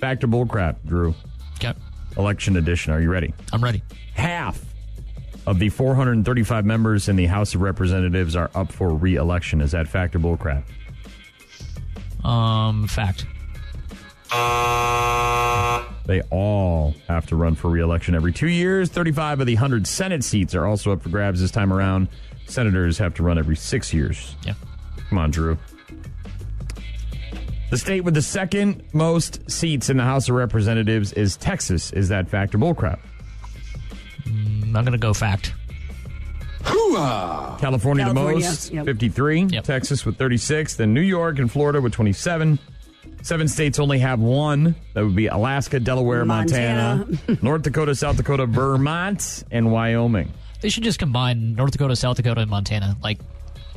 Back to bullcrap, Drew. Okay, Election edition. Are you ready? I'm ready. Half of the 435 members in the House of Representatives are up for re-election. Is that fact or bullcrap? Um, fact. They all have to run for re-election every two years. 35 of the 100 Senate seats are also up for grabs this time around. Senators have to run every six years. Yeah. Come on, Drew. The state with the second most seats in the House of Representatives is Texas. Is that fact or bullcrap? I'm going to go fact. California, California, the most, yep. 53. Yep. Texas with 36. Then New York and Florida with 27. Seven states only have one. That would be Alaska, Delaware, Montana, North Dakota, South Dakota, Vermont, and Wyoming. They should just combine North Dakota, South Dakota, and Montana. Like,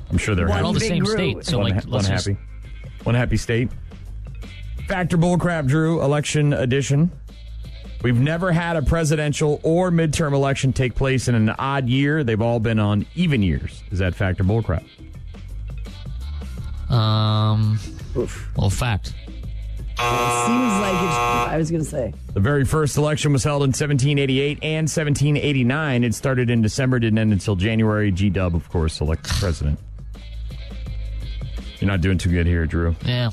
I'm sure they're One they're all happy. the big same group. state. So, one, like, ha- one let's just- happy. One happy state. Factor bullcrap, Drew. Election edition. We've never had a presidential or midterm election take place in an odd year. They've all been on even years. Is that factor bullcrap? um, well, fact. Seems like it's. I was going to say. The very first election was held in 1788 and 1789. It started in December, didn't end until January. G Dub, of course, elected president. You're not doing too good here, Drew. Yeah.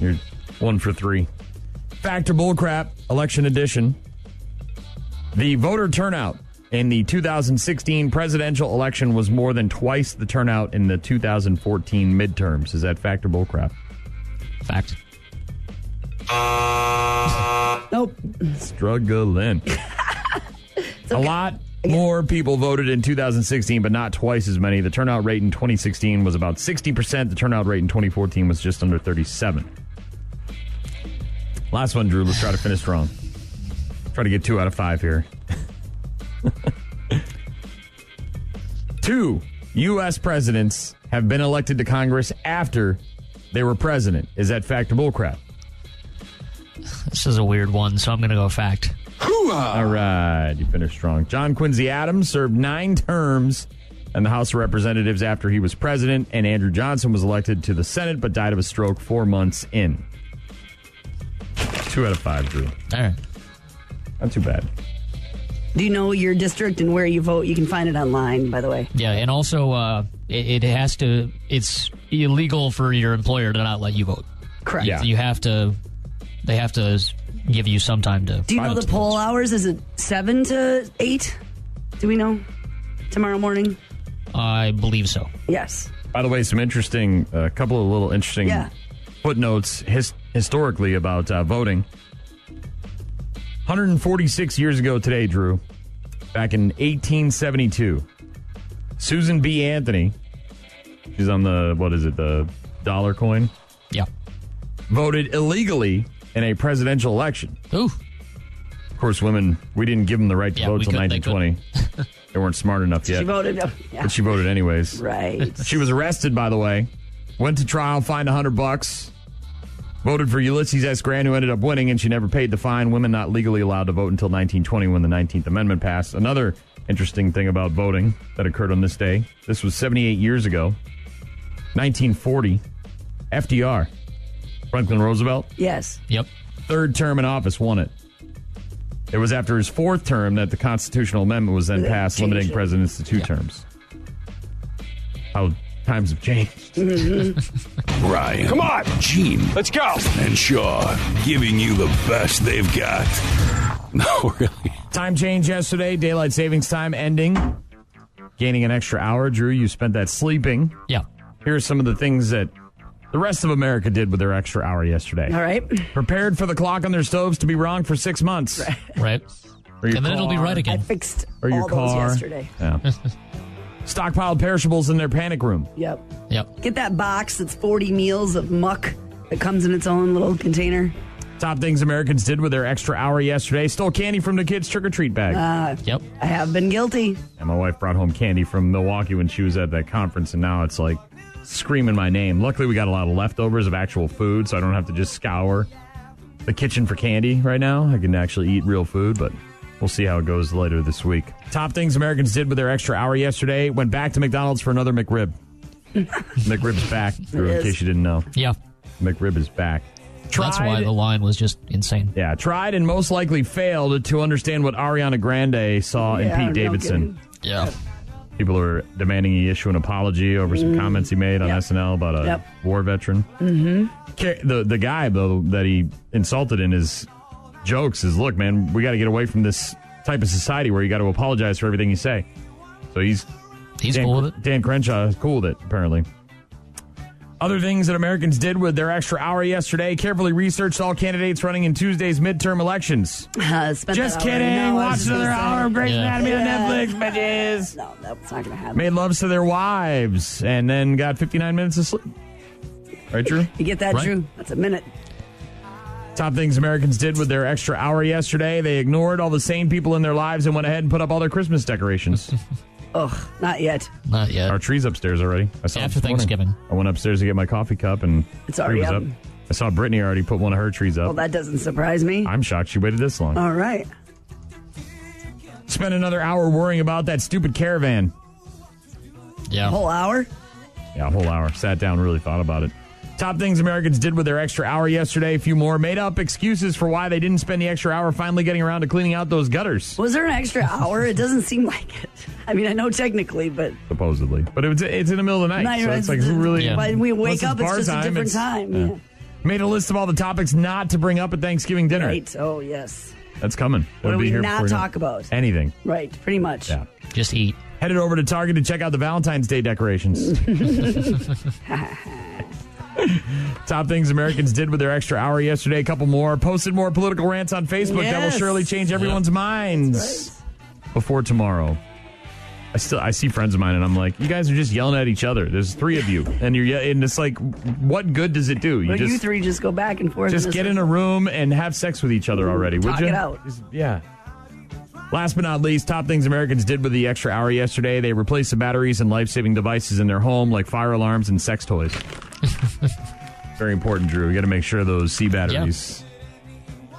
You're one for three. Fact or bullcrap, election edition. The voter turnout in the 2016 presidential election was more than twice the turnout in the 2014 midterms. Is that fact or bullcrap? Fact. Nope. Struggling. A lot more people voted in 2016, but not twice as many. The turnout rate in 2016 was about 60%. The turnout rate in 2014 was just under 37. Last one, Drew. Let's try to finish strong. Try to get two out of five here. two U.S. presidents have been elected to Congress after they were president. Is that fact or bullcrap? This is a weird one, so I'm going to go fact. All right, you finished strong. John Quincy Adams served nine terms in the House of Representatives after he was president, and Andrew Johnson was elected to the Senate but died of a stroke four months in. Two out of five, Drew. All right. Not too bad. Do you know your district and where you vote? You can find it online, by the way. Yeah, and also, uh, it, it has to, it's illegal for your employer to not let you vote. Correct. Yeah. You have to, they have to s- give you some time to. Do you know Five the to poll hours? Is it seven to eight? Do we know? Tomorrow morning? I believe so. Yes. By the way, some interesting, a couple of little interesting Yeah. footnotes his- historically about uh, voting. 146 years ago today, Drew, back in 1872, Susan B. Anthony, she's on the, what is it, the dollar coin, Yeah. voted illegally in a presidential election. Ooh. Of course, women, we didn't give them the right to Yeah, vote we until couldn't- they couldn't. 1920. they weren't smart enough yet. She voted. oh, Yeah. but she voted anyways. Right. She was arrested, by the way. Went to trial, fined 100 bucks. Voted for Ulysses S. Grant, who ended up winning, and she never paid the fine. Women not legally allowed to vote until 1920 when the 19th Amendment passed. Another interesting thing about voting that occurred on this day this was 78 years ago, 1940. FDR, Franklin Roosevelt, yes. Yep. third term in office, won it. It was after his fourth term that the constitutional amendment was then That passed, changed limiting it. presidents to two terms. How times have changed. Ryan. Come on. Gene. Let's go. And Shaw giving you the best they've got. No, really. Time change yesterday, daylight savings time ending, gaining an extra hour. Drew, you spent that sleeping. Yeah. Here are some of the things that the rest of America did with their extra hour yesterday. All right. Prepared for the clock on their stoves to be wrong for six months. Right. Or your And then it'll be car. right I again. fixed Or your all car. those yesterday. Yeah. Stockpiled perishables in their panic room. Yep. Yep. Get that box that's 40 meals of muck that comes in its own little container. Top things Americans did with their extra hour yesterday. Stole candy from the kids' trick or treat bag. Yep. I have been guilty. And my wife brought home candy from Milwaukee when she was at that conference, and now it's like screaming my name. Luckily, we got a lot of leftovers of actual food, so I don't have to just scour the kitchen for candy right now. I can actually eat real food, but we'll see how it goes later this week. Top things Americans did with their extra hour yesterday went back to McDonald's for another McRib. McRib's back, Drew, in is. case you didn't know. Yeah. McRib is back. That's why the line was just insane. Yeah, tried and most likely failed to understand what Ariana Grande saw Yeah, in no Pete Davidson. Yeah. People are demanding he issue an apology over some comments he made on Mm. Yep. SNL about a Yep. war veteran. Mm-hmm. The the guy though that he insulted in his jokes is, look, man, we got to get away from this type of society where you got to apologize for everything you say. So he's He's Dan, cool with it. Dan Crenshaw is cool with it, apparently. Other things that Americans did with their extra hour yesterday carefully researched all candidates running in Tuesday's midterm elections. Uh, spent Just that hour- kidding. No, I was Watch just another gonna say- hour of Grey's Yeah. Anatomy Yeah. on Netflix, bitches. No, that's not gonna happen. Made loves to their wives and then got 59 minutes of sleep. Right, Drew? You get that, Right. Drew? That's a minute. Top things Americans did with their extra hour yesterday. They ignored all the sane people in their lives and went ahead and put up all their Christmas decorations. Ugh, not yet. Not yet. Our tree's upstairs already. I saw it After this morning. Thanksgiving. I went upstairs to get my coffee cup and It's already tree was up. I saw Brittany already put one of her trees up. Well, that doesn't surprise me. I'm shocked she waited this long. All right. Spent another hour worrying about that stupid caravan. Yeah. Whole hour? Yeah, a whole hour. Sat down, really thought about it. Top things Americans did with their extra hour yesterday. A few more made up excuses for why they didn't spend the extra hour finally getting around to cleaning out those gutters, Was there an extra hour? It doesn't seem like it. I mean, I know technically, but supposedly. But it was, it's in the middle of the night, Not so your- it's like who really? Yeah. When we Once wake up, it's bar just a different it's- time. yeah. Yeah. Made a list of all the topics not to bring up at Thanksgiving dinner. Right. Oh yes. That's coming. What do It'll be we here not before you know- talk about? Anything. Right. Pretty much. Yeah. Just eat. Headed over to Target to check out the Valentine's Day decorations. Top things Americans did with their extra hour yesterday. A couple more. Posted more political rants on Facebook that will Yes. surely change everyone's minds before tomorrow. I still I see friends of mine and I'm like, you guys are just yelling at each other. There's three of you, and you're ye- and it's like, what good does it do? But you three just go back and forth. Just this get is- in a room and have sex with each other already, would Talk you? it out. Just- yeah. Last but not least, top things Americans did with the extra hour yesterday. They replaced the batteries and life saving devices in their home, like fire alarms and sex toys. Very important, Drew. You got to make sure those C batteries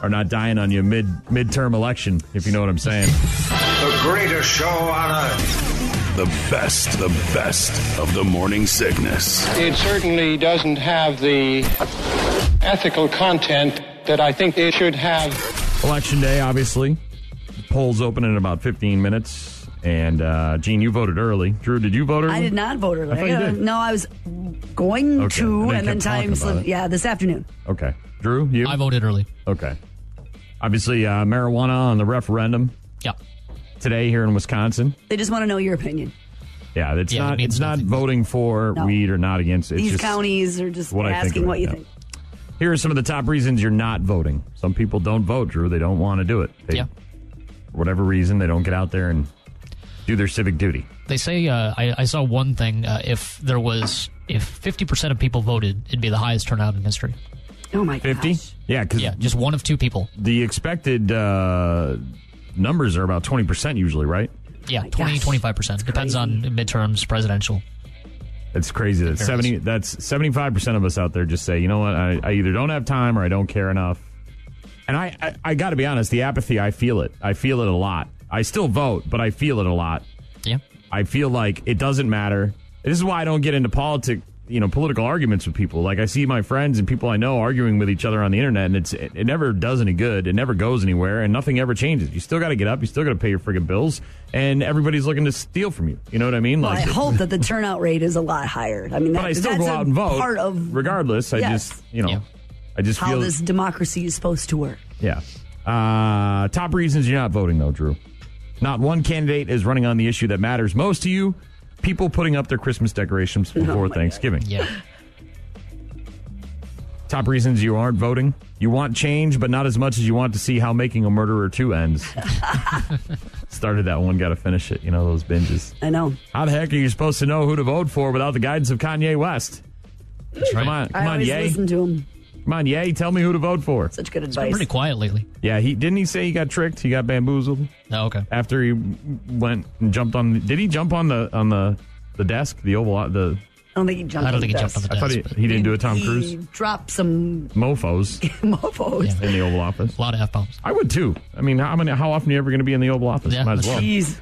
are not dying on you mid midterm election, if you know what I'm saying. The greatest show on earth. The best, the best of the morning sickness. It certainly doesn't have the ethical content that I think it should have. election day, obviously. Polls open in about 15 minutes. And uh, Gene, you voted early. Drew, did you vote early? I did not vote early. I thought you gotta- did. No, I was going Okay. to, And then and then kept talking time about slipped. it. Yeah, this afternoon. Okay, Drew, you. I voted early. Okay. Obviously, uh, marijuana on the referendum Yeah. today here in Wisconsin. They just want to know your opinion. Yeah, it's Yeah, it not. means It's not nothing. voting for No. weed or not against. It's These just, counties are just what I think asking about what it, you yeah. think. Here are some of the top reasons you're not voting. Some people don't vote, Drew. They don't want to do it. They, Yeah. For whatever reason, they don't get out there and do their civic duty. They say uh, I, I saw one thing. Uh, if there was if fifty percent of people voted, it'd be the highest turnout in history. Oh my god. Fifty. Yeah, because Yeah, just one of two people. the expected uh, numbers are about twenty percent usually, right? Yeah, my 20 gosh. 25 percent depends on midterms, presidential. It's crazy that varies. seventy. That's seventy five percent of us out there just say, you know what, I, I either don't have time or I don't care enough. And I, I, I got to be honest, the apathy, I feel it. I feel it a lot. I still vote, but I feel it a lot. Yeah, I feel like it doesn't matter. This is why I don't get into politic, you know, political arguments with people. Like I see my friends and people I know arguing with each other on the internet, and it's it, it never does any good. It never goes anywhere, and nothing ever changes. You still got to get up. You still got to pay your friggin' bills, and everybody's looking to steal from you. You know what I mean? Well, I hope that the turnout rate is a lot higher. I mean, that, but I still that's go a out and vote. Part of regardless, I Yes. just you know, Yeah. I just how feel this democracy is supposed to work. yeah. Uh, top reasons you're not voting though, Drew. Not one candidate is running on the issue that matters most to you. People putting up their Christmas decorations Oh before Thanksgiving. yeah, Top reasons you aren't voting. You want change, but not as much as you want to see how making a murderer two ends. Started that one, got to finish it. You know those binges. I know. How the heck are you supposed to know who to vote for without the guidance of Kanye West? that's right. Come on, come I on, always yay, listen to him. come on, yay. Tell me who to vote for. Such good Been advice. pretty quiet lately. Yeah, he didn't he say he got tricked? He got bamboozled No, okay. after he went and jumped on. Did he jump on the on the the desk, the oval, the I don't think he jumped. I don't on think he the jumped on desk. the I desk. thought he, but he didn't do a Tom he Cruise dropped some mofo's mofos. in the Oval Office. a lot of f bombs. I would too. I mean, how many? How often are you ever going to be in the Oval Office? Yeah, Might as that's well. Jeez.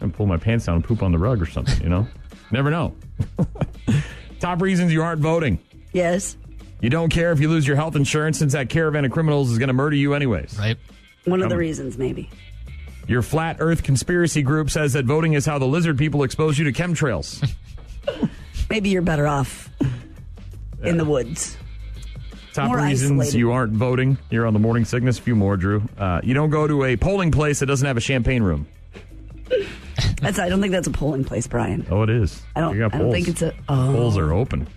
and pull my pants down and poop on the rug or something, you know? Never know. Top reasons you aren't voting. Yes. You don't care if you lose your health insurance since that caravan of criminals is going to murder you anyways. right? One of the Come- reasons, maybe. Your flat earth conspiracy group says that voting is how the lizard people expose you to chemtrails. Maybe you're better off in the woods. Top More reasons isolated. you aren't voting. You're on the morning sickness. A few more, Drew. Uh, you don't go to a polling place that doesn't have a champagne room. That's. I don't think that's a polling place, Brian. Oh, it is. I don't. You got I don't polls. think it's a. Oh. Polls are open.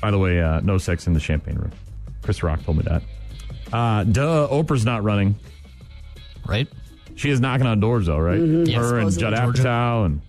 By the way, uh, no sex in the champagne room. Chris Rock told me that. Uh, duh, Oprah's not running. Right? She is knocking on doors, though, right? Mm-hmm. Yeah, Her and Judd supposedly Georgia. Apatow. And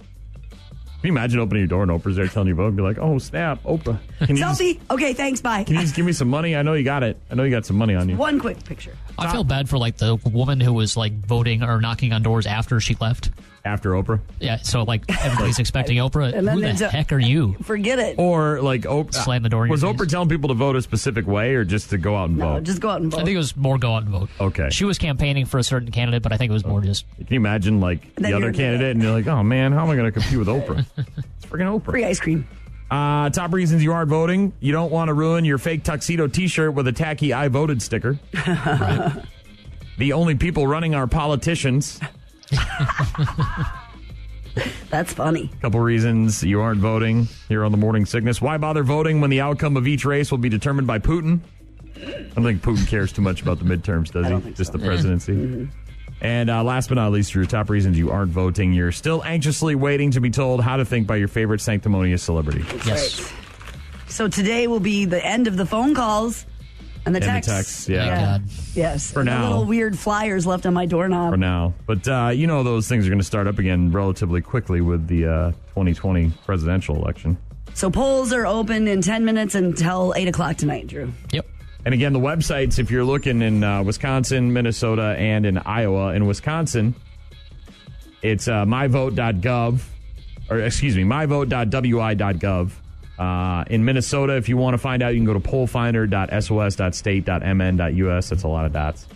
can you imagine opening your door and Oprah's there telling you to vote and be like, "Oh snap, Oprah, can you, just, Selfie. Okay. Thanks. Bye. can you just give me some money? I know you got it. I know you got some money on you." One quick picture. I feel bad for like the woman who was like voting or knocking on doors after she left. After Oprah, Yeah, so like everybody's expecting Oprah. And then Who the there's a- heck are you? Forget it. or like Oprah Slam the door in your Was face. Oprah telling people to vote a specific way or just to go out and No, vote? just go out and I vote. think it was more go out and vote. Okay. Oh. She was campaigning for a certain candidate, but I think it was more just Can you imagine like Then the other you're- candidate and you're like, "Oh man, how am I going to compete with Oprah?" it's freaking Oprah. Free ice cream. Uh, top reasons you aren't voting. You don't want to ruin your fake tuxedo t-shirt with a tacky I voted sticker. the only people running are politicians. That's funny. Couple reasons you aren't voting here on the morning sickness. Why bother voting when the outcome of each race will be determined by Putin? I don't think Putin cares too much about the midterms, does I don't he? think Just so. Mm-hmm. the presidency. And uh, last but not least, your top reasons you aren't voting. You're still anxiously waiting to be told how to think by your favorite sanctimonious celebrity. yes. Right. So today will be the end of the phone calls and the the texts. texts, yeah. Oh God. Yes. For now. little weird flyers left on my doorknob. for now. But uh, you know those things are going to start up again relatively quickly with the uh, 2020 presidential election. So polls are open in 10 minutes until 8 o'clock tonight, Drew. Yep. And again, the websites, if you're looking in uh, Wisconsin, Minnesota, and in Iowa, in Wisconsin, it's uh, myvote.gov, or excuse me, myvote.wi.gov. Uh, in Minnesota, if you want to find out, you can go to pollfinder.sos.state.mn.us. That's a lot of dots.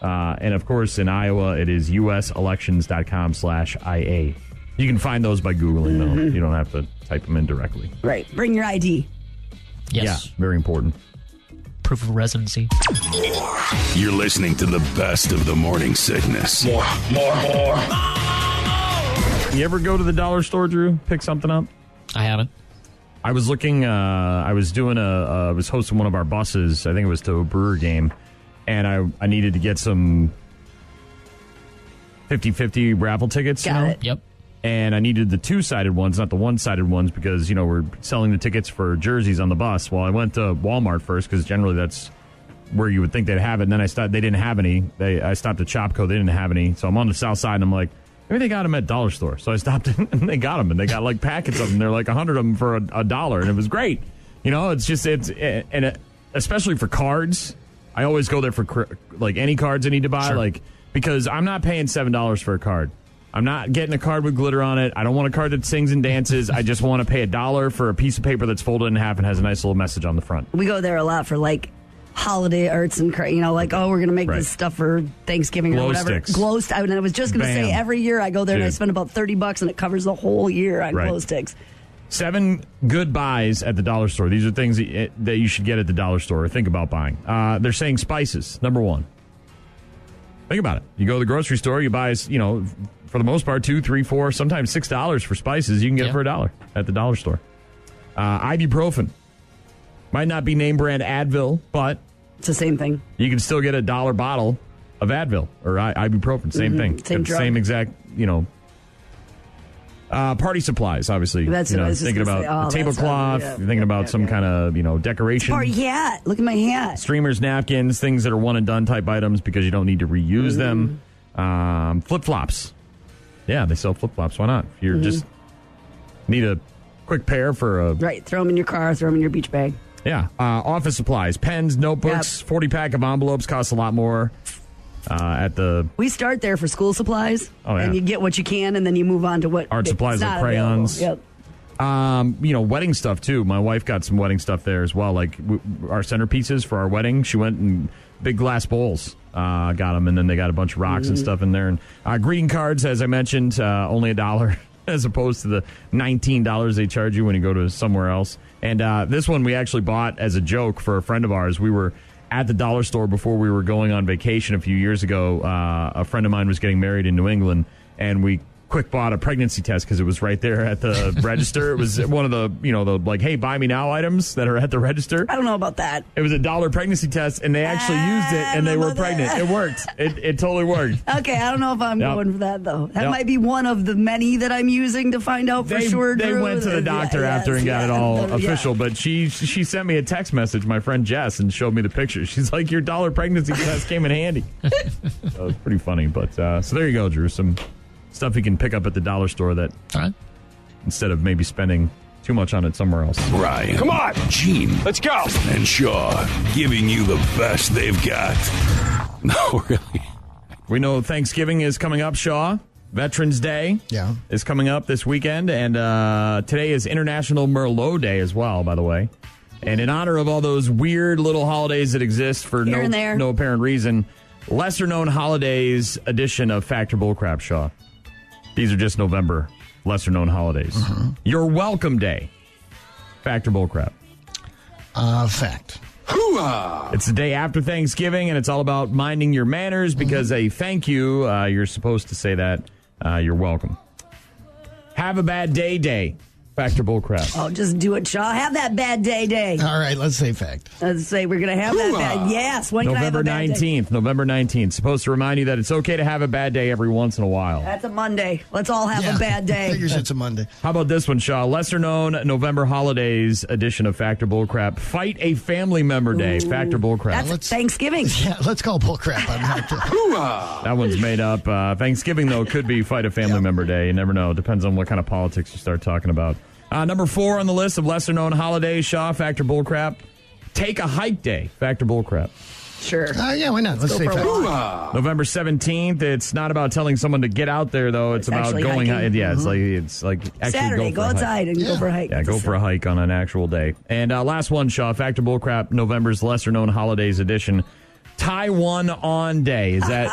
Uh, and of course, in Iowa, it is uselections.com slash IA. You can find those by Googling, though. You don't have to type them in directly. Right. Bring your ID. Yes. Yeah, very important. Proof of residency. You're listening to the best of the morning sickness. More, more, more. You ever go to the dollar store, Drew? Pick something up? I haven't. I was looking. Uh, I was doing a. Uh, I was hosting one of our buses. I think it was to a Brewer game, and I I needed to get some 50-50 raffle tickets. you Got know? it. Yep. And I needed the two sided ones, not the one sided ones, because you know we're selling the tickets for jerseys on the bus. Well, I went to Walmart first because generally that's where you would think they'd have it. And then I stopped. They didn't have any. They I stopped at Chopco. They didn't have any. So I'm on the south side, and I'm like. Maybe they got them at dollar store. So I stopped and they got them, and they got like packets of them. They're like a hundred of them for a, a dollar, and it was great. You know, it's just it's and it, especially for cards. I always go there for cr- like any cards I need to buy, Sure. like because I'm not paying seven dollars for a card. I'm not getting a card with glitter on it. I don't want a card that sings and dances. I just want to pay a dollar for a piece of paper that's folded in half and has a nice little message on the front. We go there a lot for like holiday arts and, cra- you know, like, oh, we're going to make Right. this stuff for Thanksgiving Glow or whatever. sticks. Glow sticks. I was just going to say Bam. every year I go there and I Dude. spend about 30 bucks and it covers the whole year on Right. glow sticks. Seven good buys at the dollar store. These are things that eh, that you should get at the dollar store or think about buying. Uh, they're saying spices, number one. Think about it. You go to the grocery store, you buy, you know, for the most part, two, three, four, sometimes six dollars for spices. You can get it Yeah. for a dollar at the dollar store. Uh, ibuprofen. Might not be name brand Advil, but It's the same thing. you can still get a dollar bottle of Advil or I- ibuprofen. Same thing, Mm-hmm. same drug. same exact. You know, uh, party supplies. Obviously, That's you what I know, was just thinking gonna about say. a Oh, that's- tablecloth. oh, yeah. You're thinking about Yeah, some yeah. kind of you know decoration. Party hat. Look at my hat. Streamers, napkins, things that are one and done type items because you don't need to reuse them. Mm-hmm. Um, flip flops. Yeah, they sell flip flops. Why not? If Mm-hmm. you're just need a quick pair for a Right. Throw them in your car, throw them in your beach bag. yeah. Uh, office supplies, pens, notebooks, forty pack of envelopes costs a lot more uh, at the We start there for school supplies. Oh, yeah. And you get what you can and then you move on to what Art it's supplies like not available. crayons. Yep. Um, you know, wedding stuff too. My wife got some wedding stuff there as well. Like w- our centerpieces for our wedding, she went and big glass bowls. Uh, got them, and then they got a bunch of rocks and stuff in there. And uh, greeting cards, as I mentioned, uh, only a dollar. as opposed to the $19 they charge you when you go to somewhere else. And uh, this one we actually bought as a joke for a friend of ours. We were at the dollar store before we were going on vacation a few years ago. Uh, a friend of mine was getting married in New England, and we quick bought a pregnancy test because it was right there at the register. It was one of the, you know, the like, hey, buy me now items that are at the register. I don't know about that. It was a dollar pregnancy test, and they actually used it, and they were Remember pregnant. that. It worked. It, it totally worked. Okay, I don't know if I'm Yep. going for that though. That Yep. might be one of the many that I'm using to find out for they, sure. they Drew. went to the Yeah, doctor yes, after and got yeah, Oh, it all yeah. official. But she she sent me a text message, my friend Jess, and showed me the picture. She's like, "Your dollar pregnancy test came in handy." so it's pretty funny. But uh, so there you go, Drew. Some stuff you can pick up at the dollar store that All right. instead of maybe spending too much on it somewhere else. Ryan. Come on. Gene. Let's go. And Shaw giving you the best they've got. No, really. We know Thanksgiving is coming up, Shaw. Veterans Day Yeah. is coming up this weekend, and uh, today is International Merlot Day as well. By the way, and in honor of all those weird little holidays that exist for Here no and there. no apparent reason, lesser known holidays edition of Factor Bullcrap, Shaw. These are just November lesser known holidays. Your Welcome Day, Factor Bullcrap. Uh, fact. It's the day after Thanksgiving, and it's all about minding your manners because a thank you, uh, you're supposed to say that. Uh, you're welcome. Have a bad day, day. Factor bullcrap. Oh, just do it, Shaw. Have that bad day day. All right, let's say fact. Let's say we're gonna have that bad. Yes, when can I have November a bad day? nineteenth. November nineteenth. Supposed to remind you that it's okay to have a bad day every once in a while. That's a Monday. Let's all have Yeah. a bad day. Figures it's a Monday. How about this one, Shaw? Lesser known November holidays edition of Factor bullcrap. Fight a family member day. Factor bullcrap. That's let's- Thanksgiving. Yeah, let's call bull crap on that. That one's made up. Uh, Thanksgiving, though, could be Fight a Family Member Day. You never know. Depends on what kind of politics you start talking about. Uh, number four on the list of lesser known holidays, Shaw, Factor Bullcrap. Take a hike day, Factor Bullcrap. Sure. Uh, yeah, why not? Let's say for a fact. walk. November 17th, it's not about telling someone to get out there, though. It's, It's about actually going. hiking. Mm-hmm. Yeah, it's like, it's like actually go, Saturday, for go a hike. outside and go Yeah. for a hike. Yeah, go for a hike on an actual day. And uh, last one, Shaw, Factor Bullcrap, November's lesser known holidays edition. Taiwan on day. Is that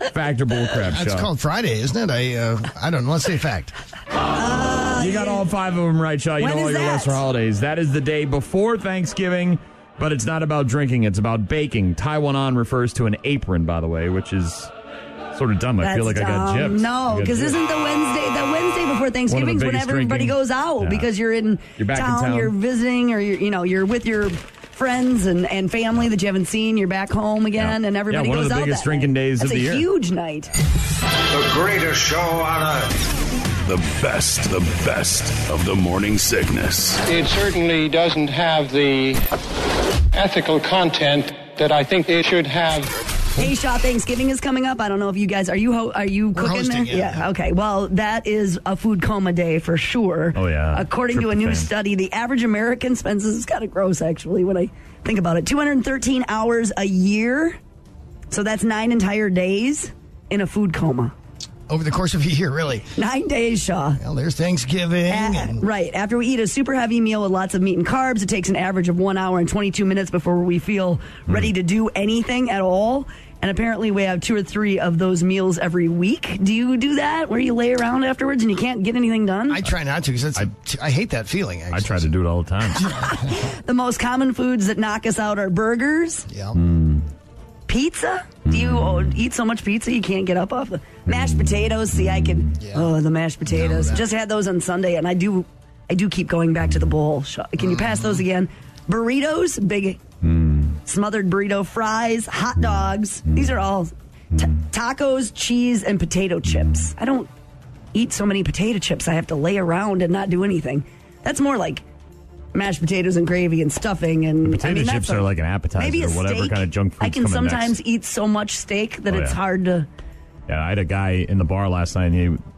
Factor Bullcrap, Shaw? That's called Friday, isn't it? I uh, I don't know. Let's say fact. You got all five of them right, Shaw. You When know all is your that? lesser holidays. That is the day before Thanksgiving, but it's not about drinking. It's about baking. Taiwan on refers to an apron, by the way, which is sort of dumb. I feel like That's I got gypped. dumb. I No, got because gypped. isn't the Wednesday the Wednesday before Thanksgiving is when biggest everybody drinking- goes out Yeah. because you're in You're back in town, town. you're visiting, or you're you know you're with your friends and, and family that you haven't seen. You're back home again, Yeah. and Yeah, everybody one of goes the out. biggest that drinking night. days That's of the a year. Huge night. The greatest show on earth. The best, the best of the morning sickness. It certainly doesn't have the ethical content that I think it should have. Hey, Shaw, Thanksgiving is coming up. I don't know if you guys are you ho- are you cooking hosting, there? yeah. Okay. Well, that is a food coma day for sure. Oh, yeah. According to a Triple new thing. study, the average American spends this is kind of gross actually when I think about it. 213 hours a year. So that's 9 entire days in a food coma. Over the course of a year, really. 9 days, Shaw. Well, there's Thanksgiving. Uh, and right. After we eat a super heavy meal with lots of meat and carbs, it takes an average of one hour and 22 minutes before we feel ready to do anything at all. And apparently, we have two or three of those meals every week. Do you do that where you lay around afterwards and you can't get anything done? I try not to because I, I hate that feeling. Actually. I try to do it all the time. the most common foods that knock us out are burgers, Yeah. Mm. pizza. Do you oh, eat so much pizza you can't get up off the mashed potatoes? See, I can. Yeah. Oh, the mashed potatoes. that- Just had those on Sunday, and I do, I do keep going back to the bowl. Sh- Can you pass those again? Burritos, big, Hmm. smothered burrito fries, hot dogs. These are all ta tacos, cheese, and potato chips. I don't eat so many potato chips. I have to lay around and not do anything. That's more like. Mashed potatoes and gravy and stuffing and Potato that's chips are like an appetizer maybe a or whatever steak. kind of junk food's I can coming next. sometimes eat so much steak that Oh, it's yeah. hard to. yeah, I had a guy in the bar last night. And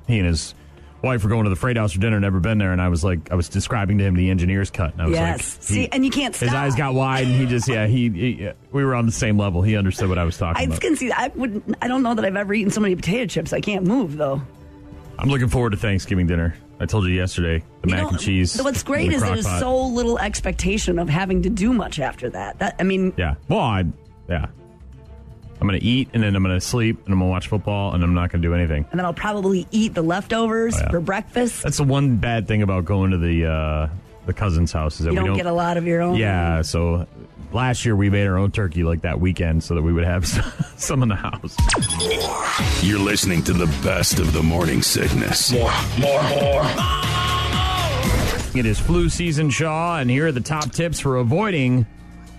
he, he and his wife were going to the Freight House for dinner. Never been there, and I was like, I was describing to him the engineer's cut, and I was like, Yes. See, and you can't His stop. eyes got wide, and he just, yeah, he, he- we were on the same level. He understood what I was talking I about. can see. I wouldn't. I don't know that I've ever eaten so many potato chips. I can't move though. I'm looking forward to Thanksgiving dinner. I told you yesterday the You mac know, and cheese. What's great and the is crock there's pot. so little expectation of having to do much after that. That I mean, yeah. Well, I, yeah. I'm going to eat and then I'm going to sleep and I'm going to watch football and I'm not going to do anything. and then I'll probably eat the leftovers Oh, yeah. for breakfast. That's the one bad thing about going to the uh, the cousin's house is that You we don't, don't get a lot of your own. Yeah, so last year we made our own turkey like that weekend so that we would have some in the house. You're listening to the best of the morning sickness. It is flu season, Shaw, and here are the top tips for avoiding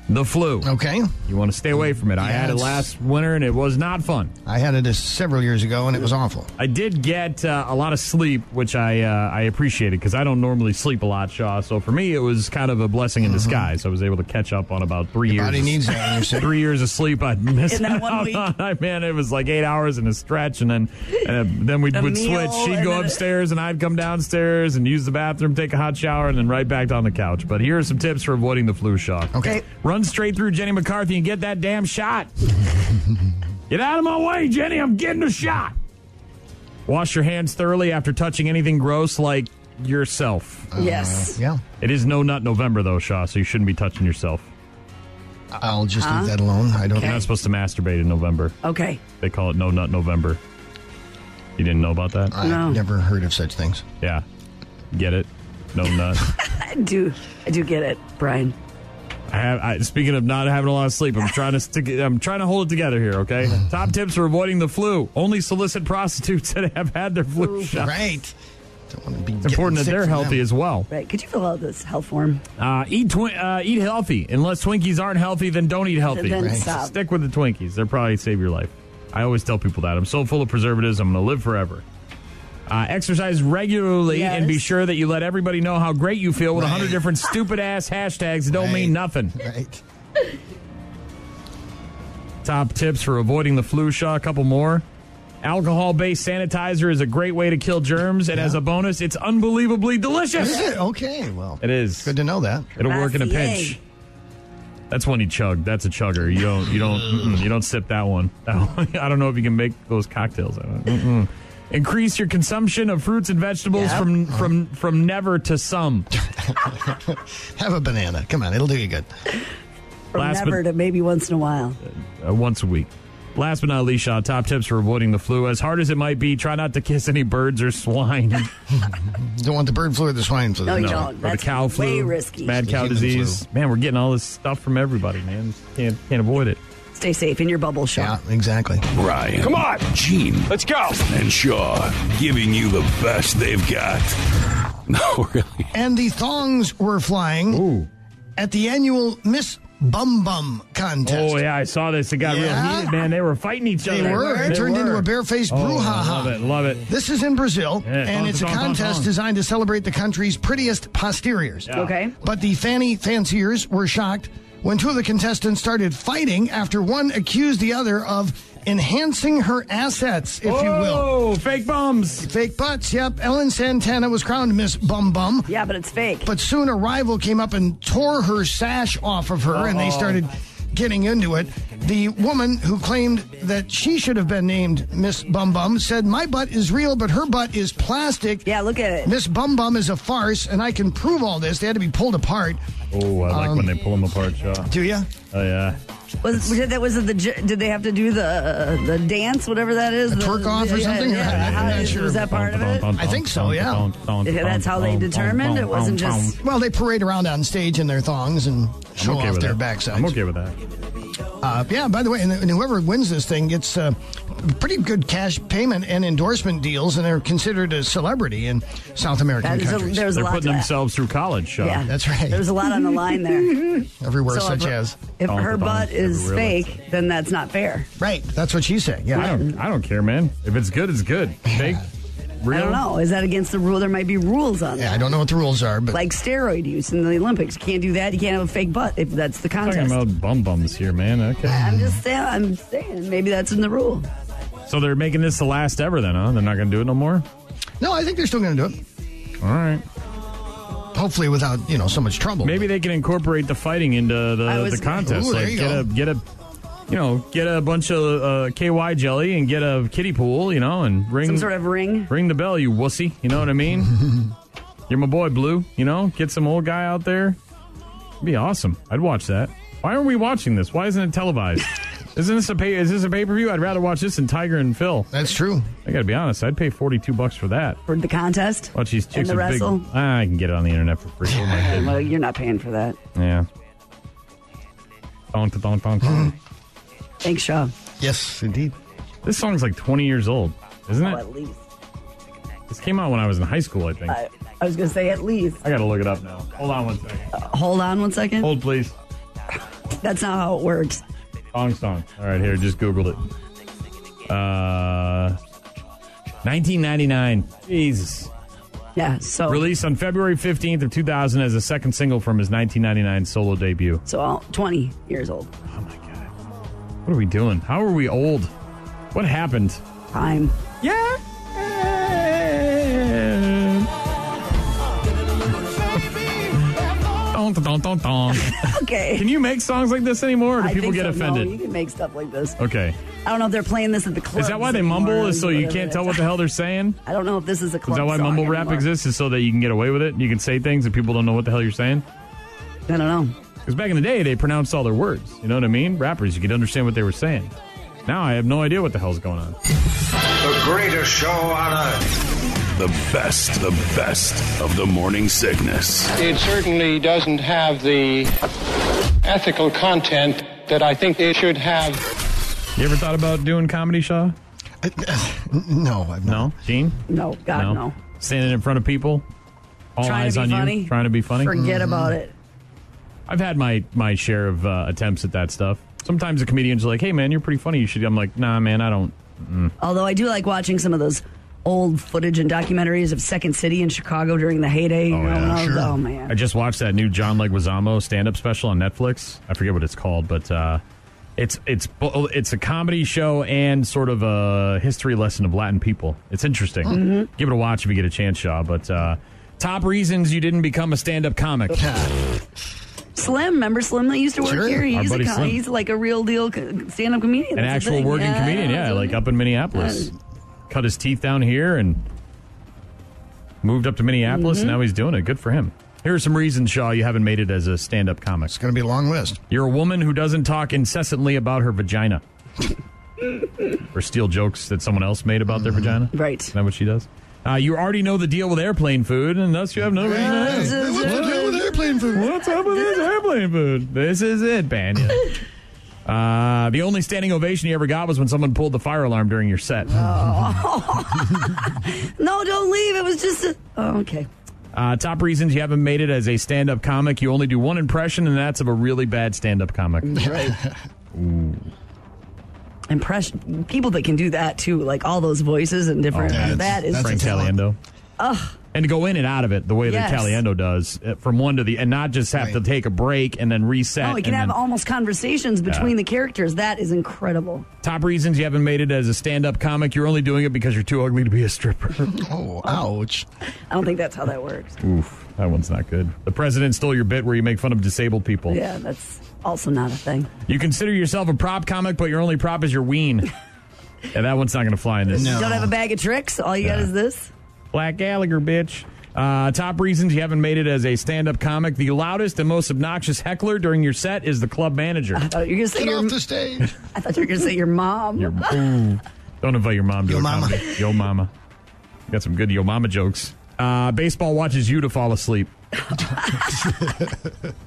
the flu. Okay. You want to stay away from it. I had it Yes. last winter and it was not fun. I had it uh, several years ago and it was awful. I did get uh, a lot of sleep, which I uh, I appreciated because I don't normally sleep a lot, Shaw. So for me, it was kind of a blessing Mm-hmm. in disguise. I was able to catch up on about three years. Body needs that when you're sick. three years of sleep I missed In that out one week. on. I man, it was like eight hours in a stretch, and then and then we A would meal, switch. She'd and go then- upstairs, and I'd come downstairs and use the bathroom, take a hot shower, and then right back on the couch. But here are some tips for avoiding the flu shot. Okay. Run straight through Jenny McCarthy and get that damn shot. get out of my way, Jenny. I'm getting a shot. Wash your hands thoroughly after touching anything gross like yourself. Yes. Uh, Yeah. It is no nut November though, Shaw, so you shouldn't be touching yourself. I'll just leave that alone. I don't You're not supposed to masturbate in November. Okay. They call it No Nut November. You didn't know about that? I've No. never heard of such things. Yeah. Get it? No nut. I do I do get it, Brian. I have, I, speaking of not having a lot of sleep, I'm trying to stick, it- I'm trying to hold it together here. Okay. Top tips for avoiding the flu: only solicit prostitutes that have had their flu shot. Right. Don't want to be It's important that they're healthy as well. Right. Could you fill out this health form? Uh, eat twi- uh, eat healthy. Unless Twinkies aren't healthy, then don't eat healthy. Then stop. Stick with the Twinkies. They'll probably save your life. I always tell people that. I'm so full of preservatives, I'm going to live forever. Uh, exercise regularly Yes. and be sure that you let everybody know how great you feel with a 100 Right. different stupid ass hashtags that don't mean nothing. Right. Top tips for avoiding the flu shot. A couple more. Alcohol based sanitizer is a great way to kill germs. And as a bonus, it's unbelievably Is delicious. it? Okay. Well, It is. good to know that. It'll work in a Rassier. pinch. That's one he chugged. That's a chugger. You don't. You don't. mm-mm, you don't sip that one. That one- I don't know if you can make those cocktails. out of it. Mm-mm. Increase your consumption of fruits and vegetables Yep. from from from never to some. Have a banana. Come on, it'll do you good. From Last but- never to maybe once in a while. uh, once a week. Last but not least, Shaw, top tips for avoiding the flu. As hard as it might be, try not to kiss any birds or swine. Don't want the bird flu or the swine flu. No, you No, don't. or That's the cow flu, way risky. mad The cow human disease. Man, we're getting all this stuff from everybody. Man, can't can't avoid it. Stay safe in your bubble Yeah, shop. exactly. Ryan. Come on. Gene. Let's go. And Shaw giving you the best they've got. No, really. And the thongs were flying Ooh. at the annual Miss Bum Bum contest. Oh yeah, I saw this. It got Yeah? real heated, man. They were fighting each They other. were. It turned into a barefaced oh, brouhaha. Love it. Love it. This is in Brazil, Yeah, thong, and it's a thong, thong, contest thong. designed to celebrate the country's prettiest posteriors. Okay. But the fanny fanciers were shocked when two of the contestants started fighting after one accused the other of enhancing her assets, if you will. Oh, fake bums. Fake butts, yep. Ellen Santana was crowned Miss Bum Bum. Yeah, but it's fake. But soon a rival came up and tore her sash off of her, and they started getting into it. The woman who claimed that she should have been named Miss Bum Bum said, My butt is real, but her butt is plastic. yeah, look at it. Miss Bum Bum is a farce, and I can prove all this. They had to be pulled apart. Oh, I like when they pull them apart, Shaw. Do you? Oh yeah. Was, was that was it the j- did they have to do the uh, the dance whatever that is the, twerk off or yeah, something? yeah. I'm How not is- sure. was that part of it I think so, yeah. Yeah, that's how they determined it wasn't just Well, they parade around on stage in their thongs and I'm show okay off with their that. backsides. I'm okay with that. Uh, yeah, by the way, and, and whoever wins this thing gets uh, pretty good cash payment and endorsement deals, and they're considered a celebrity in South American that is a, countries. there's a They're lot putting to that. themselves through college, Shaw. yeah That's right. there's a lot on the line there Everywhere, So such if- as. if Donk her the butt donk, is never realized fake then that's not fair Right, that's what she's saying. Yeah. I don't. I don't care, man. If it's good, it's good. Fake, real. I don't know is that against the rule there might be rules on yeah, that I don't know what the rules are, but like steroid use in the Olympics you can't do that you can't have a fake butt if that's the Talking contest about bum bums here, man. Okay. I'm just saying I'm saying maybe that's in the rule So they're making this the last ever, then, huh? They're not going to do it no more. no, I think they're still going to do it. All right. Hopefully, without you know so much trouble. Maybe they can incorporate the fighting into I the, was- the contest. Ooh, there like you get go. a get a you know get a bunch of uh, KY jelly and get a kiddie pool, you know, and ring some sort of ring ring the bell, you wussy. You know what I mean? You're my boy Blue. You know, get some old guy out there. It'd be awesome. I'd watch that. Why aren't we watching this? Why isn't it televised? Isn't this a pay? Is this a pay per view? I'd rather watch this than Tiger and Phil. That's true. I got to be honest. I'd pay forty two bucks for that. Oh, for the contest. Watch these chicks and the with big. wrestle. Ah, I can get it on the internet for free. What am I kidding? Well, you're not paying for that. Yeah. Donk, donk, donk, donk. Thanks, Shaw. Yes, indeed. this song's like 20 years old, isn't Oh, it? at least This came out when I was in high school, I think. I, I was going to say at least. I gotta look it up now. Hold on one second. Hold on one second. Hold, please. That's not how it works. Song, song. All right, here, just Googled it. Uh, 1999. Jesus. Yeah. So Released on February 15th of 2000 as the second single from his 1999 solo debut. so all, 20 years old. Oh my god. What are we doing? How are we old? What happened? Time. Yeah. Dun, dun, dun, dun, dun. Okay. Can you make songs like this anymore, or do I people think get so. No, offended? you can make stuff like this. Okay. I don't know if they're playing this at the club. Is that why they mumble? Is so you can't tell what the hell they're saying? I don't know if this is a club. Is that why song mumble rap anymore. exists? Is so that you can get away with it? You can say things that people don't know what the hell you're saying? I don't know. Because back in the day, they pronounced all their words. You know what I mean? Rappers, you could understand what they were saying. Now I have no idea what the hell's going on. The greatest show on earth. The best, the best of the morning sickness. It certainly doesn't have the ethical content that I think it should have. You ever thought about doing comedy, Shaw? uh, No, I've not. No. Gene? No, God, no. Standing in front of people, all Trying to eyes be on funny. you, trying to be funny. Mm-hmm. Forget about it. I've had my my share of uh, attempts at that stuff. Sometimes the comedians are like, "Hey, man, you're pretty funny. You should." I'm like, "Nah, man, I don't." Although I do like watching some of those old footage and documentaries of Second City in Chicago during the heyday. Oh, yeah, sure. oh I man. just watched that new John Leguizamo stand up special on Netflix. I forget what it's called, but uh, it's it's bo- it's a comedy show and sort of a history lesson of Latin people. It's interesting. Mm-hmm. Give it a watch if you get a chance, Shaw. But uh, top reasons you didn't become a stand up comic. Slim, remember Slim that used to work Sure. here? He's, Our buddy a, co- Slim. he's like a real deal stand up comedian. an That's the actual thing. working comedian, yeah, like up in Minneapolis. Cut his teeth down here and moved up to Minneapolis. Mm-hmm. And now he's doing it. Good for him. Here are some reasons, Shaw, you haven't made it as a stand up comic. It's going to be a long list. You're a woman who doesn't talk incessantly about her vagina or steal jokes that someone else made about their vagina. Right. Is that what she does? Uh, you already know the deal with airplane food, and thus you have no reason. to ask. Hey, what's the deal with airplane food? What's up with this airplane food? This is it, Banya. Uh, the only standing ovation you ever got was when someone pulled the fire alarm during your set. Oh. No, don't leave. It was just a. Oh, okay. Uh, top reasons you haven't made it as a stand up comic you only do one impression, and that's of a really bad stand up comic. Impression. People that can do that too, like all those voices and different. Oh, that's- that is. that's Frank a talent. Caliendo. And to go in and out of it the way Yes. that Caliendo does, uh, from one to the, and not just have to Right. take a break and then reset. Oh, you can and have then- almost conversations between the characters. That is incredible. top reasons you haven't made it as a stand up comic you're only doing it because you're too ugly to be a stripper. Oh, ouch. I don't think that's how that works. Oof, that one's not good. The president stole your bit where you make fun of disabled people. Yeah, that's also not a thing. You consider yourself a prop comic, but your only prop is your ween. yeah, that one's not going to fly in this. No. Don't have a bag of tricks. All you got is this. Black Gallagher, bitch. Uh, top reasons you haven't made it as a stand up comic. The loudest and most obnoxious heckler during your set is the club manager. I thought you were Oh, gonna say Get your. off the stage. I thought you were gonna say your mom. Oh, Your- ooh. Don't invite your mom to Yo a mama. comedy. Yo mama. Got some good yo mama jokes. Uh, baseball watches you to fall asleep.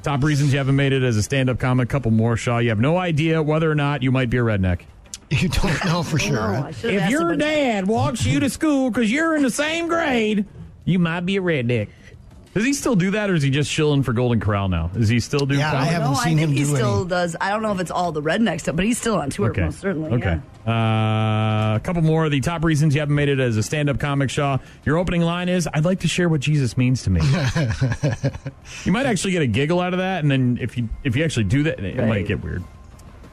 Top reasons you haven't made it as a stand up comic. Couple more, Shaw. You have no idea whether or not you might be a redneck. You don't know for sure. Oh, I right? should've asked him, but- dad walks you to school because you're in the same grade, you might be a redneck. Does he still do that, or is he just chilling for Golden Corral now? Does he still do? Yeah, I comedy? haven't no, I seen think him he do any. still does. I don't know if it's all the redneck stuff, but he's still on tour most certainly. Okay. yeah. Uh, a couple more. The top reasons you haven't made it as a stand-up comic, Shaw. Your opening line is, "I'd like to share what Jesus means to me." you might actually get a giggle out of that, and then if you if you actually do that, it might Right. get weird.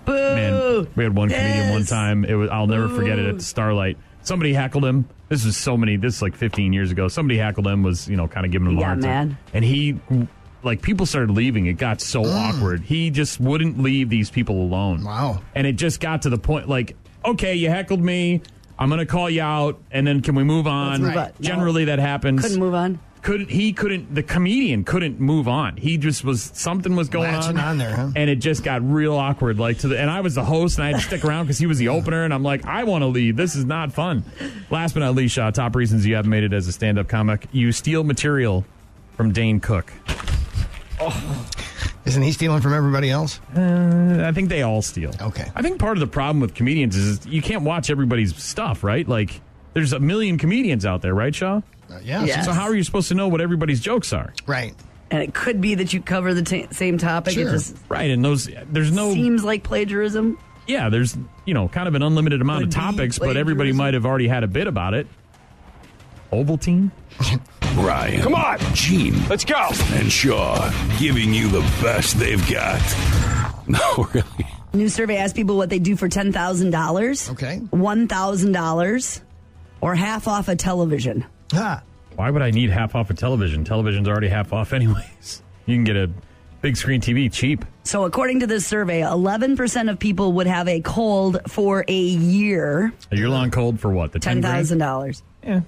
Boo! Man, we had one comedian one Yes. time. It was I'll never forget it at the Starlight. Somebody heckled him. This was so many. This is like 15 years ago. Somebody heckled him. Was you know kind of giving him He a got hard mad. time, and he like people started leaving. It got so Mm. awkward. He just wouldn't leave these people alone. Wow. And it just got to the point like, okay, you heckled me. I'm gonna call you out, and then can we move on? move on. No. Generally, that happens. Couldn't move on. couldn't he couldn't the comedian couldn't move on. He just was something was going Latching on, on there, huh? and it just got real awkward. Like to the and I was the host, and I had to stick around because he was the opener, and I'm like, I want to leave. This is not fun. Last but not least, Shaw, top reasons you haven't made it as a stand up comic: you steal material from Dane Cook. Isn't he stealing from everybody else? Uh, I think they all steal. Okay. I think part of the problem with comedians is you can't watch everybody's stuff, right? Like, there's a million comedians out there, right, Shaw? Uh, yes. Yeah. So how are you supposed to know what everybody's jokes are? Right. and it could be that you cover the t- same topic. It Sure. just Right, and those there's no seems like plagiarism. yeah, there's you know kind of an unlimited amount of Could be topics, but everybody plagiarism. might have already had a bit about it. Ovaltine. Ryan. Come on. Gene. Let's go. And Shaw giving you the best they've got. No, really. New survey asked people what they do for ten thousand dollars. Okay. one thousand dollars, or half off a television. Ah, Why would I need half off a television? Television's already half off anyways. You can get a big screen TV cheap. So, according to this survey, eleven percent of people would have a cold for a year. A year long cold for what? The Ten 10 grand? thousand dollars. Yeah.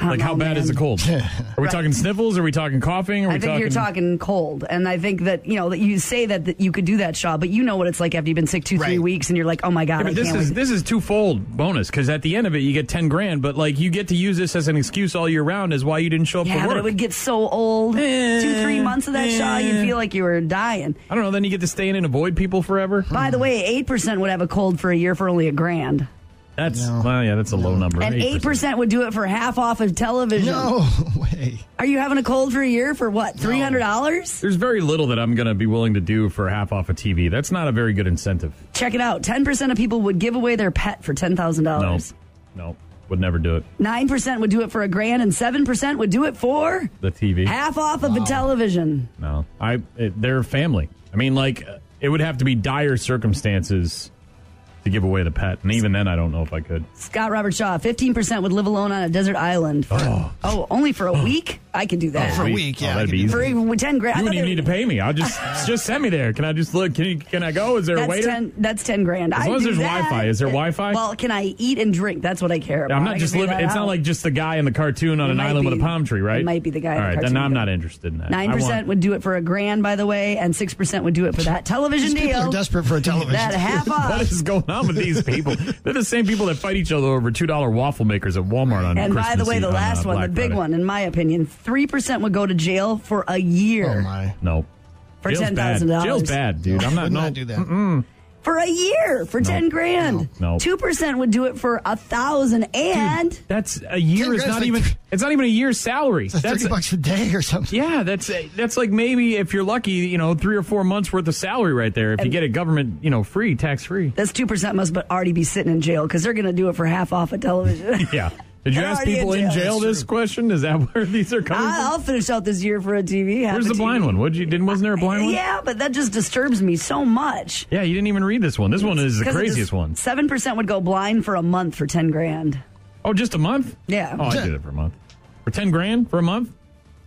Like how bad is the cold? Are we talking sniffles? Are we talking coughing? Are we I think you're talking cold, and I think that you know that you say that, that you could do that, Shaw, but you know what it's like after you've been sick two, three Right. weeks, and you're like, oh my god, Yeah, I but this can't is wait. this is twofold bonus because at the end of it you get ten grand, but like you get to use this as an excuse all year round as why you didn't show up for yeah, but work. it would get so old. Eh, two, three months of that, Shaw, you'd eh. feel like you were dying. I don't know. Then you get to stay in and avoid people forever. By the way, eight percent would have a cold for a year for only a grand, That's well, yeah, that's a low number. and eight percent would do it for half off of television. no way. Are you having a cold for a year for what? Three hundred dollars? There's very little that I'm going to be willing to do for half off a TV. That's not a very good incentive. Check it out. Ten percent of people would give away their pet for ten thousand No, dollars. no, would never do it. Nine percent would do it for a grand, and seven percent would do it for The TV. half off of the television. No, I. It, they're family. I mean, like it would have to be dire circumstances to give away the pet, and even then, I don't know if I could. Scott Robert Shaw, fifteen percent would live alone on a desert island. For, oh. only for a week? I could do that For a we- week, oh, yeah. I that'd could be do easy. for even with ten grand. I You thought wouldn't even they need to were- pay me. I'll just just send me there. Can I just look? Can you, can I go? Is there a That's waiter? ten. That's ten grand. As long I'd as do there's that. Wi-Fi. Is there Wi-Fi? Well, can I eat and drink? That's what I care about. I'm I not can just figure living. that It's out. not like just the guy in the cartoon on It an might island with be- a palm tree, right? it might be the guy in All the right, cartoon. then I'm not interested in that. I Nine percent want- would do it for a grand, by the way, and six percent would do it for that television These deal. people are desperate for a television. That half What off. is going on with these people? They're the same people that fight each other over two dollar waffle makers at Walmart on. And by the Christmas way, Eve- the on, uh, last one, the Black big Friday. one, in my opinion, three percent would go to jail for a year. oh my. No. For Jail's bad. $10,000. Jail's bad, dude. I'm not. Would No. not do that. For a year, for ten grand. No. No. Two percent would do it for a thousand, and That's a year is Congrats, not like- even. It's not even a year's salary. It's like That's thirty bucks a day or something. Yeah, that's that's like maybe if you're lucky, you know, three or four months worth of salary right there. If you get it government, you know, free, tax free. this two percent must but already be sitting in jail because they're going to do it for half off of television. Yeah. Did you They're ask already people in in jail. jail That's this question? Is that where these are coming? I- from? I'll finish out this year for a TV. half Where's a the TV. blind one? Would you didn't? Wasn't there a blind one? Yeah, but that just disturbs me so much. Yeah, you didn't even read this one. This one is the craziest one. Seven percent would go blind for a month for ten grand. Oh, just a month? Yeah. Oh, I did it for a month. For ten grand for a month?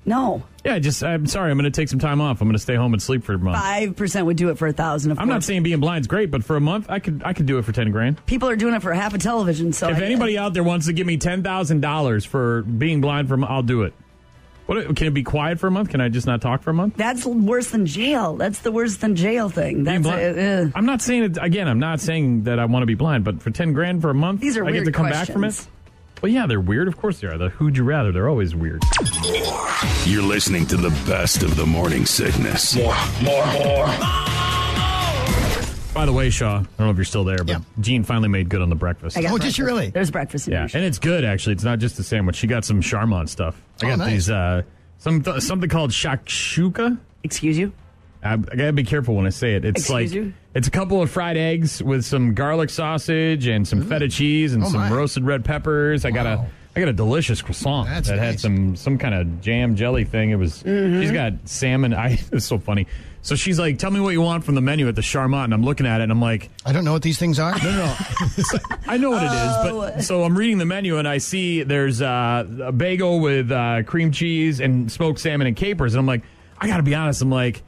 No, Yeah, just I'm sorry, I'm going to take some time off. I'm going to stay home and sleep for a month. five percent would do it for a thousand. Of I'm not course. saying being blind's great, but for a month, I could I could do it for ten grand. people are doing it for half a television. So If I- anybody out there wants to give me ten thousand dollars for being blind from, I'll do it. What can it be quiet for a month? Can I just not talk for a month? that's worse than jail. That's the worse than jail thing. Being That's blind- uh, uh. I'm not saying it again. I'm not saying that I want to be blind, but for ten grand for a month, These are I get weird to come back from it. questions. Well, yeah, they're weird. Of course they are. The who'd you rather? They're always weird. You're listening to the best of the morning sickness. More, more, more. By the way, Shaw, I don't know if you're still there, but Yeah. Gene finally made good on the breakfast. I got Oh, did you breakfast. really? There's breakfast. In Yeah, your and it's good actually. It's not just the sandwich. She got some Charmont stuff. I Oh, got nice. these uh, some th- something called shakshuka. Excuse you. I, I gotta be careful when I say it. It's Excuse like you? it's a couple of fried eggs with some garlic sausage and some feta cheese and Oh, some my. roasted red peppers. I got a Wow. I got a delicious croissant That's that had nice. Mm-hmm. some some kind of jam jelly thing. It was she's got salmon. I it's so funny. So she's like, "Tell me what you want from the menu at the Charmont," and I'm looking at it and I'm like. I don't know what these things are. Oh, No, no. I know what it Oh. is, but so I'm reading the menu and I see there's uh, a bagel with uh, cream cheese and smoked salmon and capers, and I'm like, I gotta be honest, I'm like,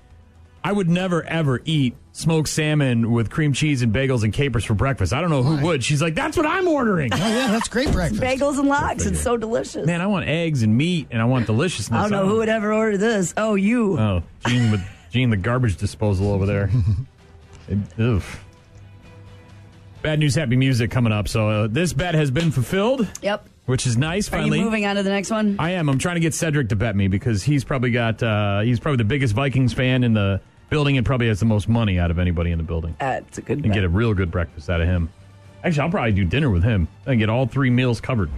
I would never ever eat smoked salmon with cream cheese and bagels and capers for breakfast. I don't know who would. She's like, that's what I'm ordering. Oh, yeah, that's great breakfast. Bagels and lox. It's so delicious. Man, I want eggs and meat and I want deliciousness. I don't know who would ever order this. Oh, you. Oh, Gene with Gene the garbage disposal over there. It- oof. Bad news, happy music coming up. So uh, this bet has been fulfilled, Yep. which is nice. Are Finally, you moving on to the next one? I am. I'm trying to get Cedric to bet me because he's probably got uh, he's probably the biggest Vikings fan in the building and probably has the most money out of anybody in the building. That's Uh, a good And bet. get a real good breakfast out of him. Actually, I'll probably do dinner with him and get all three meals covered.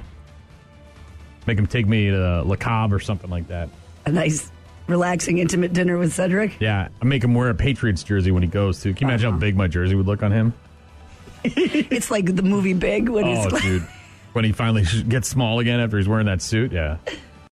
Make him take me to La Cobb or something like that. a nice, relaxing, intimate dinner with Cedric. Yeah, I make him wear a Patriots jersey when he goes too. Can you imagine how big my jersey would look on him? It's like the movie Big when Oh, it's dude, when he finally gets small again after he's wearing that suit, yeah.